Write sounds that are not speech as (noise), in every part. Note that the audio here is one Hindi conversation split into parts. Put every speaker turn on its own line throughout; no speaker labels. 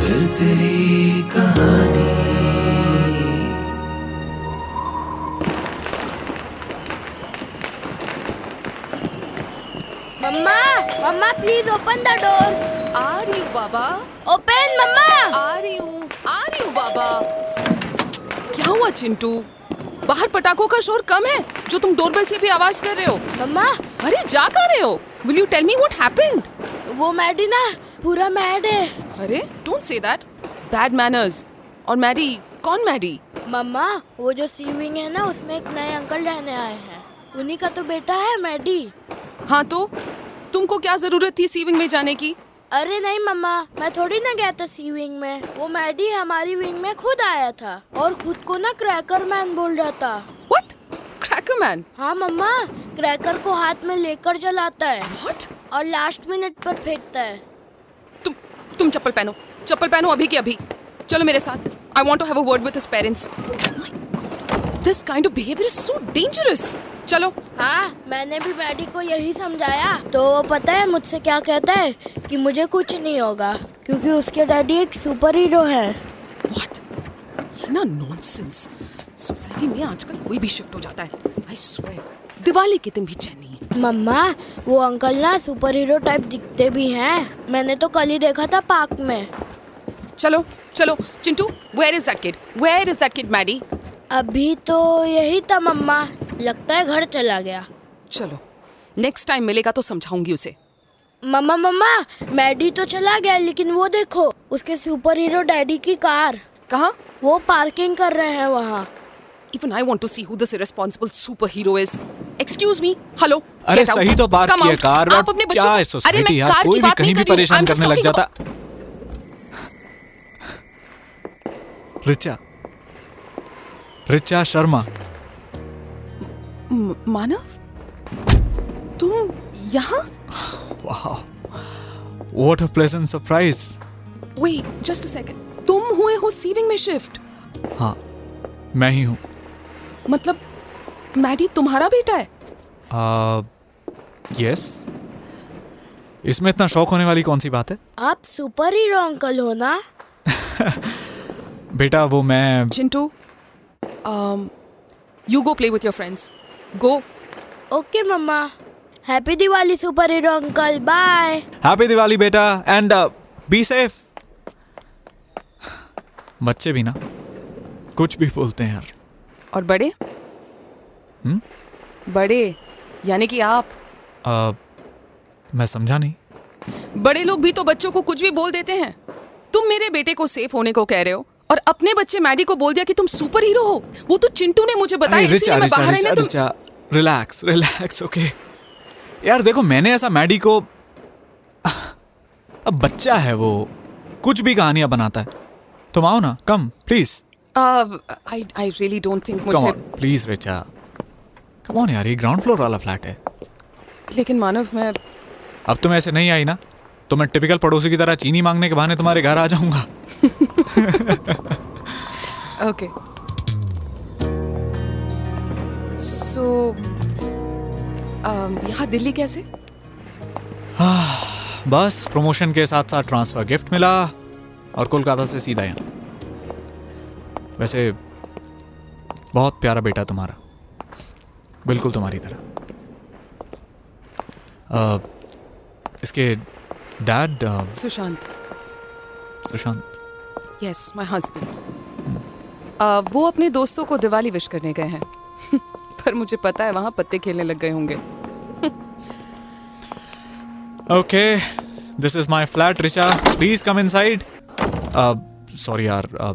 फिर तेरी कहानी
Mama, Mama, please open the door.
आ रही हूँ बाबा
Open, Mama.
आ रही हूँ आ रही हूँ बाबा क्या हुआ चिंटू बाहर पटाखों का शोर कम है जो तुम डोरबेल से भी आवाज कर रहे हो
Mama,
अरे जा कर रहे हो will you tell me what happened
वो मैडी ना पूरा मैड है
अरे don't say that bad manners और मैडी कौन मैडी
मम्मा वो जो सी विंग है ना उसमें एक नए अंकल रहने आए हैं उन्हीं का तो बेटा है मैडी
हाँ तो तुमको क्या जरूरत थी सीविंग में जाने की
अरे नहीं मम्मा मैं थोड़ी ना गया था सी विंग में वो मैडी हमारी विंग में खुद आया था और खुद को ना क्रैकर मैन बोल रहा था
व्हाट क्रैकर मैन
हाँ मम्मा क्रैकर को हाथ में लेकर जलाता है
व्हाट
और लास्ट मिनट पर फेंकता है
तुम तुम चप्पल पहनो चप्पल पहनो अभी के अभी चलो मेरे साथ I want to have a word with his parents this kind of behaviour is so dangerous चलो
हाँ मैंने भी मैडी को यही समझाया तो वो पता है मुझसे क्या कहता है कि मुझे कुछ नहीं होगा क्योंकि उसके डैडी एक सुपर हीरो हैं
व्हाट ये ना नॉनसेंस सोसाइटी में आजकल कोई भी शिफ्ट हो जाता है आई स्वेयर दिवाली के दिन भी चैन नहीं है
मम्मा वो अंकल ना सुपर हीरो टाइप दिखते भी हैं मैंने तो कल ही देखा था पार्क में
चलो चलो Chintu where is that kid where is that kid Maddy
अभी तो यही था मम्मा लगता है घर चला गया
चलो नेक्स्ट टाइम मिलेगा तो समझाऊंगी उसे
मम्मा मम्मा मैडी तो चला गया लेकिन वो देखो उसके सुपर हीरो डैडी की कार
कहा
वो पार्किंग कर रहे हैं वहाँ
Even I want to see who this irresponsible superhero is. Excuse me. Hello.
अरे
Get out.
सही तो बात
Come
की है
out.
कार
आप अपने बच्चों
क्या है
को- अरे मैं
सोसाइटी यार
कार की
कोई भी
बात
कहीं
नहीं
भी
कर रही हूँ.
परेशान
I'm just
करने लग
talking
जाता रिचा रिचा शर्मा
about- म- मानव तुम यहाँ
वाह what a pleasant surprise
wait just a second तुम हुए हो सीविंग में शिफ्ट
हाँ मैं ही हूँ
मतलब मैडी तुम्हारा बेटा है
यस इसमें इतना शौक होने वाली कौन सी बात है
आप सुपर हीरो अंकल हो ना
बेटा वो मैं
Chintu um you go play with your friends go
okay mamma happy Diwali super hero uncle bye
happy Diwali बेटा uh, एंड बी सेफ बच्चे भी ना कुछ भी बोलते हैं यार
और बड़े
हम्म?
बड़े यानी कि आप
आ, मैं समझा नहीं
बड़े लोग भी तो बच्चों को कुछ भी बोल देते हैं तुम मेरे बेटे को सेफ होने को कह रहे हो और अपने बच्चे मैडी को बोल दिया कि तुम सुपर हीरो हो वो तो चिंटू ने मुझे बताया
अरे
इसीलिए
रिचा
मैं
रिचा
बाहर आई
रिचा
ना तुम
रिचा रिलैक्स रिलैक्स ओके यार देखो मैंने ऐसा मैडी को अब बच्चा है वो कुछ भी कहानियां बनाता है तुम आओ ना come please
I I really don't think
come
मुझे
on please Richa come on यार ये ग्राउंड फ्लोर वाला फ्लैट है
लेकिन मानव मैं
अब तुम ऐसे नहीं आई ना तो मैं टिपिकल पड़ोसी की तरह चीनी मांगने के बहाने तुम्हारे घर आ जाऊंगा
ओके सो um, यहाँ दिल्ली कैसे
बस प्रमोशन के साथ साथ ट्रांसफर गिफ्ट मिला और कोलकाता से सीधा यहाँ वैसे बहुत प्यारा बेटा तुम्हारा बिल्कुल तुम्हारी तरह अ, इसके dad a,
Sushant
Sushant
yes my husband Uh, वो अपने दोस्तों को दिवाली विश करने गए हैं (laughs) पर मुझे पता है वहाँ पत्ते खेलने लग गए होंगे
okay this is my flat Richa please come inside sorry यार अ,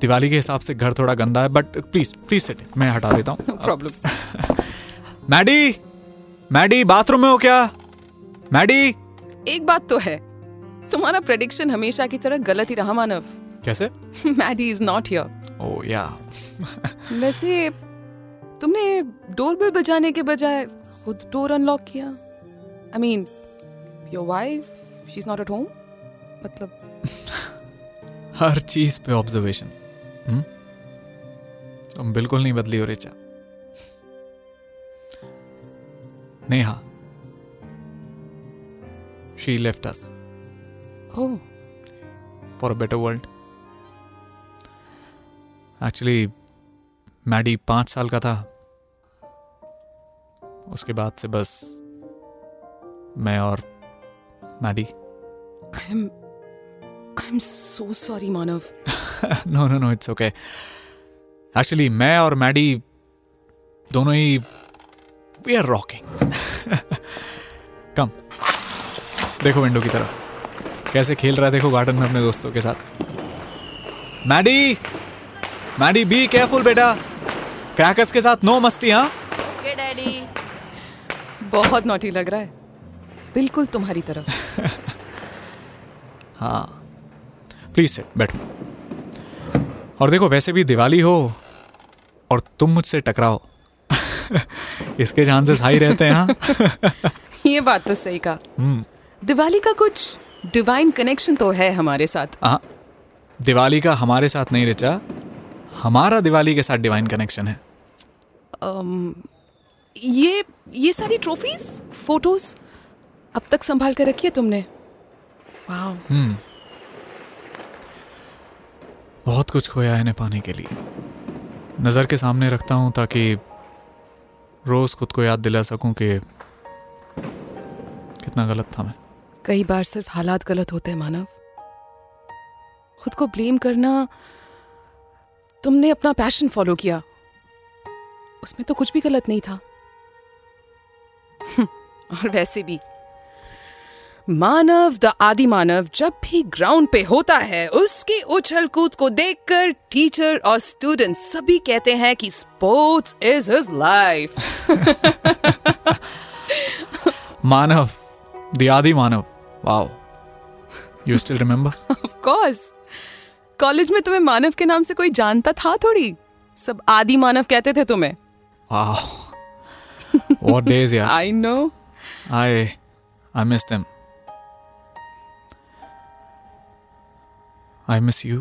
दिवाली के हिसाब से घर थोड़ा गंदा है बट प्लीज प्लीज सेट मैं हटा देता हूँ
no problem
Maddy Maddy bathroom में हो क्या मैडी
एक बात तो है तुम्हारा प्रेडिक्शन हमेशा की तरह गलत ही रहा मानव (laughs)
कैसे
मैडी इज नॉट हियर
ओ या
वैसे तुमने डोरबेल बजाने के बजाय खुद डोर अनलॉक किया I mean your wife she is not at home मतलब
हर चीज पे ऑब्जर्वेशन तुम बिल्कुल नहीं बदली हो Richa Neha she left us
हो
for a better world actually Maddy पाँच साल का था उसके बाद से बस मैं और Maddy
I am I am so sorry Manav
(laughs) no no no it's okay actually मैं और मैडी दोनों ही वी आर (laughs) रॉकिंग कम देखो विंडो की तरफ कैसे खेल रहा है देखो गार्डन में अपने दोस्तों के साथ मैडी मैडी बी केयरफुल बेटा क्रैकर्स के साथ नो मस्ती हाँ
बहुत नोटी लग रहा है बिल्कुल तुम्हारी तरफ
हाँ प्लीज सिट बैठो और देखो वैसे भी दिवाली हो और तुम मुझसे टकराओ (laughs) इसके चांसेस हाई रहते हैं हाँ
(laughs) ये बात तो सही कहा दिवाली का कुछ डिवाइन कनेक्शन तो है हमारे साथ
हाँ दिवाली का हमारे साथ नहीं रिचा हमारा दिवाली के साथ डिवाइन कनेक्शन है
ये ये सारी ट्रॉफीज फोटोज अब तक संभाल कर रखी है तुमने वाह
बहुत कुछ खोया है इन्हें पाने के लिए नज़र के सामने रखता हूँ ताकि रोज़ खुद को याद दिला सकूं कि कितना गलत था मैं
कई बार सिर्फ हालात गलत होते हैं मानव खुद को ब्लेम करना तुमने अपना पैशन फॉलो किया उसमें तो कुछ भी गलत नहीं था (laughs) और वैसे भी मानव द आदि मानव जब भी ग्राउंड पे होता है उसकी उछल कूद को देखकर टीचर और स्टूडेंट सभी कहते हैं कि sports is his life
Manav the आदि Manav wow you still remember
of course college में तुम्हें मानव के नाम से कोई जानता था थोड़ी सब आदि मानव कहते थे तुम्हें
वाओ व्हाट डेज यार
I know
I I miss them. I miss you.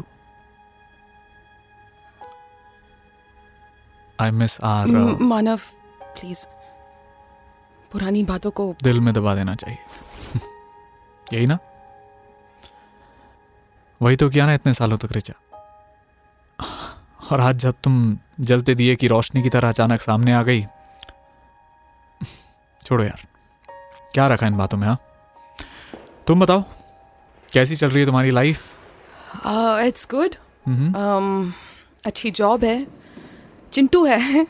I miss our uh,
Manav please पुरानी बातों को
दिल में दबा देना चाहिए (laughs) यही ना वही तो किया ना इतने सालों तक रिचा और आज जब तुम जलते दिए की रोशनी की तरह अचानक सामने आ गई (laughs) छोड़ो यार क्या रखा इन बातों में हाँ तुम बताओ कैसी चल रही है तुम्हारी लाइफ
इट्स गुड Um, अच्छी जॉब है चिंटू है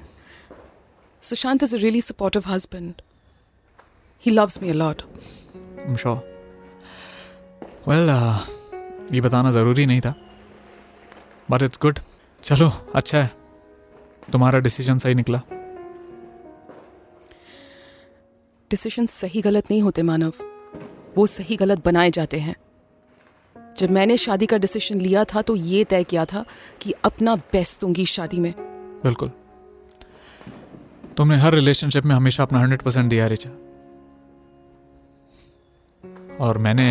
Sushant is a really supportive husband he loves me a lot
I'm sure. Well, uh, ये बताना ज़रूरी नहीं था बट इट्स गुड चलो अच्छा है तुम्हारा डिसीजन सही निकला
डिसीजन सही गलत नहीं होते मानव वो सही गलत बनाए जाते हैं जब मैंने शादी का डिसीजन लिया था तो ये तय किया था कि अपना बेस्ट दूंगी शादी में
बिल्कुल तुमने हर रिलेशनशिप में हमेशा अपना हंड्रेड परसेंट दिया रिचा और मैंने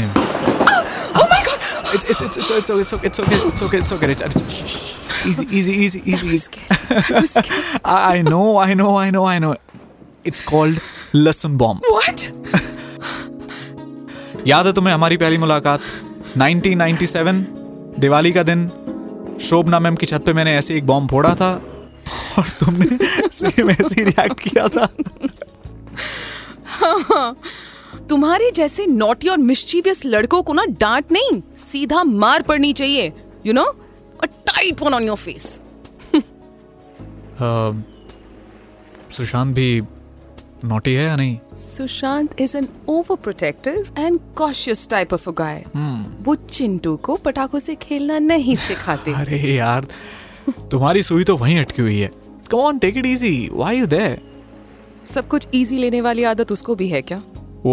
It's- it's- it's- it's- it's- it's okay, it's okay, it's okay, Richa, Richa, shh, shh, easy, easy, easy, easy, easy. I I know, I know, I know, I know. It's called lesson bomb.
What?
याद है तुम्हें हमारी पहली मुलाकात 1997 दिवाली का दिन शोभना मैम की छत पे मैंने ऐसे एक बॉम्ब फोड़ा था और तुमने सेम ऐसे ही रिएक्ट किया था
तुम्हारे जैसे नॉटी और मिस्चीवियस लड़कों को ना डांट नहीं सीधा मार पड़नी चाहिए you know a tight one on your face
um, Sushant भी नोटी है या नहीं
Sushant is an over protective and cautious type of a guy वो चिंटू को पटाखों से खेलना नहीं सिखाते
अरे
(laughs)
यार तुम्हारी सुई तो वहीं अटकी हुई है come on take it easy why you there
सब कुछ इजी लेने वाली आदत उसको भी है क्या
वो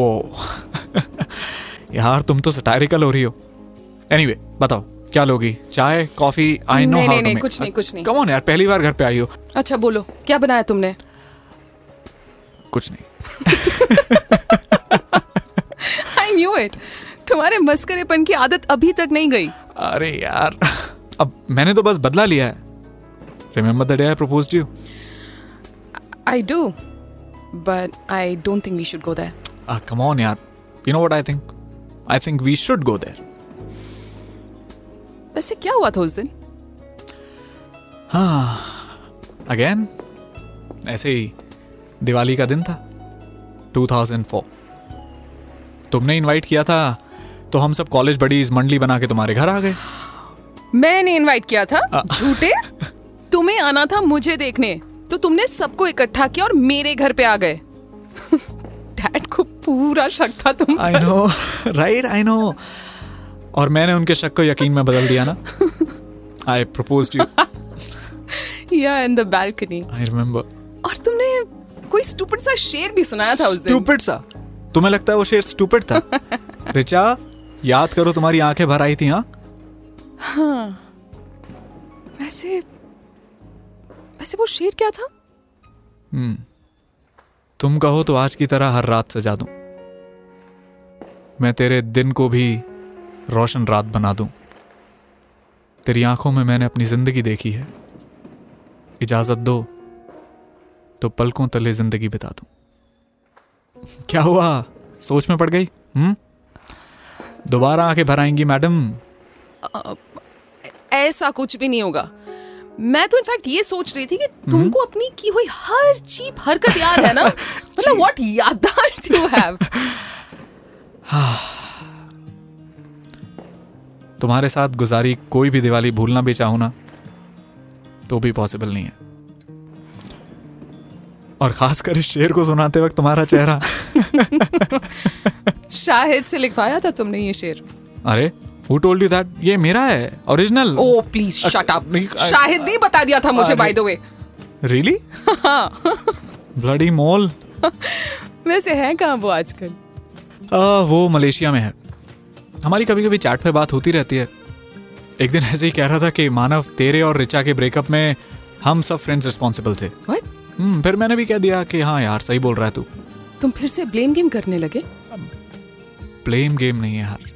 यार तुम तो सटायरिकल हो रही हो एनीवे anyway, बताओ क्या लोगी चाय कॉफी आई नो
नहीं, नहीं, नहीं, कुछ नहीं, कुछ नहीं।
कम यार पहली बार घर पे आई हो
अच्छा बोलो क्या बनाया तुमने
कुछ नहीं
आई न्यू इट तुम्हारे मस्करेपन की आदत अभी तक नहीं गई
अरे यार अब मैंने तो बस बदला लिया है remember the day I propose you
I do but I don't think we should go that
Ah, come on, yaar. You know what I think? I think we should go there.
वैसे क्या हुआ था उस दिन
हाँ। Again? ऐसे ही दिवाली का दिन था 2004 तुमने इनवाइट किया था तो हम सब कॉलेज बडीज मंडली बना के तुम्हारे घर आ गए
मैंने इनवाइट किया था झूठे तुम्हें आना था मुझे देखने तो तुमने सबको इकट्ठा किया और मेरे घर पे आ गए डैड को पूरा शक था तुम
आई
पर।
(laughs) नो राइट आई नो और मैंने उनके शक को यकीन में बदल दिया ना (laughs) आई propose you
yeah in the balcony
I remember
और तुमने कोई स्टूपिड सा शेर भी सुनाया था उस दिन
स्टूपिड सा तुम्हें लगता है वो शेर स्टूपिड था रिचा याद करो तुम्हारी आंखें भर आई थी हाँ
वैसे वैसे वो शेर क्या था
तुम कहो तो आज की तरह हर रात सजा दूं मैं तेरे दिन को भी रोशन रात बना दूं तेरी आंखों में मैंने अपनी जिंदगी देखी है इजाजत दो तो पलकों तले जिंदगी बिता दूं क्या हुआ सोच में पड़ गई हम्म दोबारा आंखें भर आएंगी मैडम
ऐसा कुछ भी नहीं होगा मैं तो इनफैक्ट ये सोच रही थी कि तुमको अपनी की हुई हर चीप हरकत याद है ना मतलब व्हाट याददाश्त यू हैव
तुम्हारे साथ गुजारी कोई भी दिवाली भूलना भी चाहूं ना तो भी पॉसिबल नहीं है और खासकर इस शेर को सुनाते वक्त तुम्हारा
(laughs)
चेहरा
शाहिद से लिखवाया था तुमने ये शेर
अरे हु टोल्ड यू दैट ये मेरा है original
oh please shut up
नहीं, I-
शाहिद ने ही बता दिया था मुझे
अरे।
By the way (laughs)
really bloody मोल
वैसे है कहाँ वो आजकल
वो मलेशिया में है हमारी कभी कभी चैट पे बात होती रहती है एक दिन ऐसे ही कह रहा था कि मानव तेरे और रिचा के ब्रेकअप में हम सब फ्रेंड्स रिस्पॉन्सिबल थे
What?
हम्म, फिर मैंने भी कह दिया कि हाँ यार सही बोल रहा है तू
तुम फिर से ब्लेम गेम करने लगे
ब्लेम गेम नहीं है यार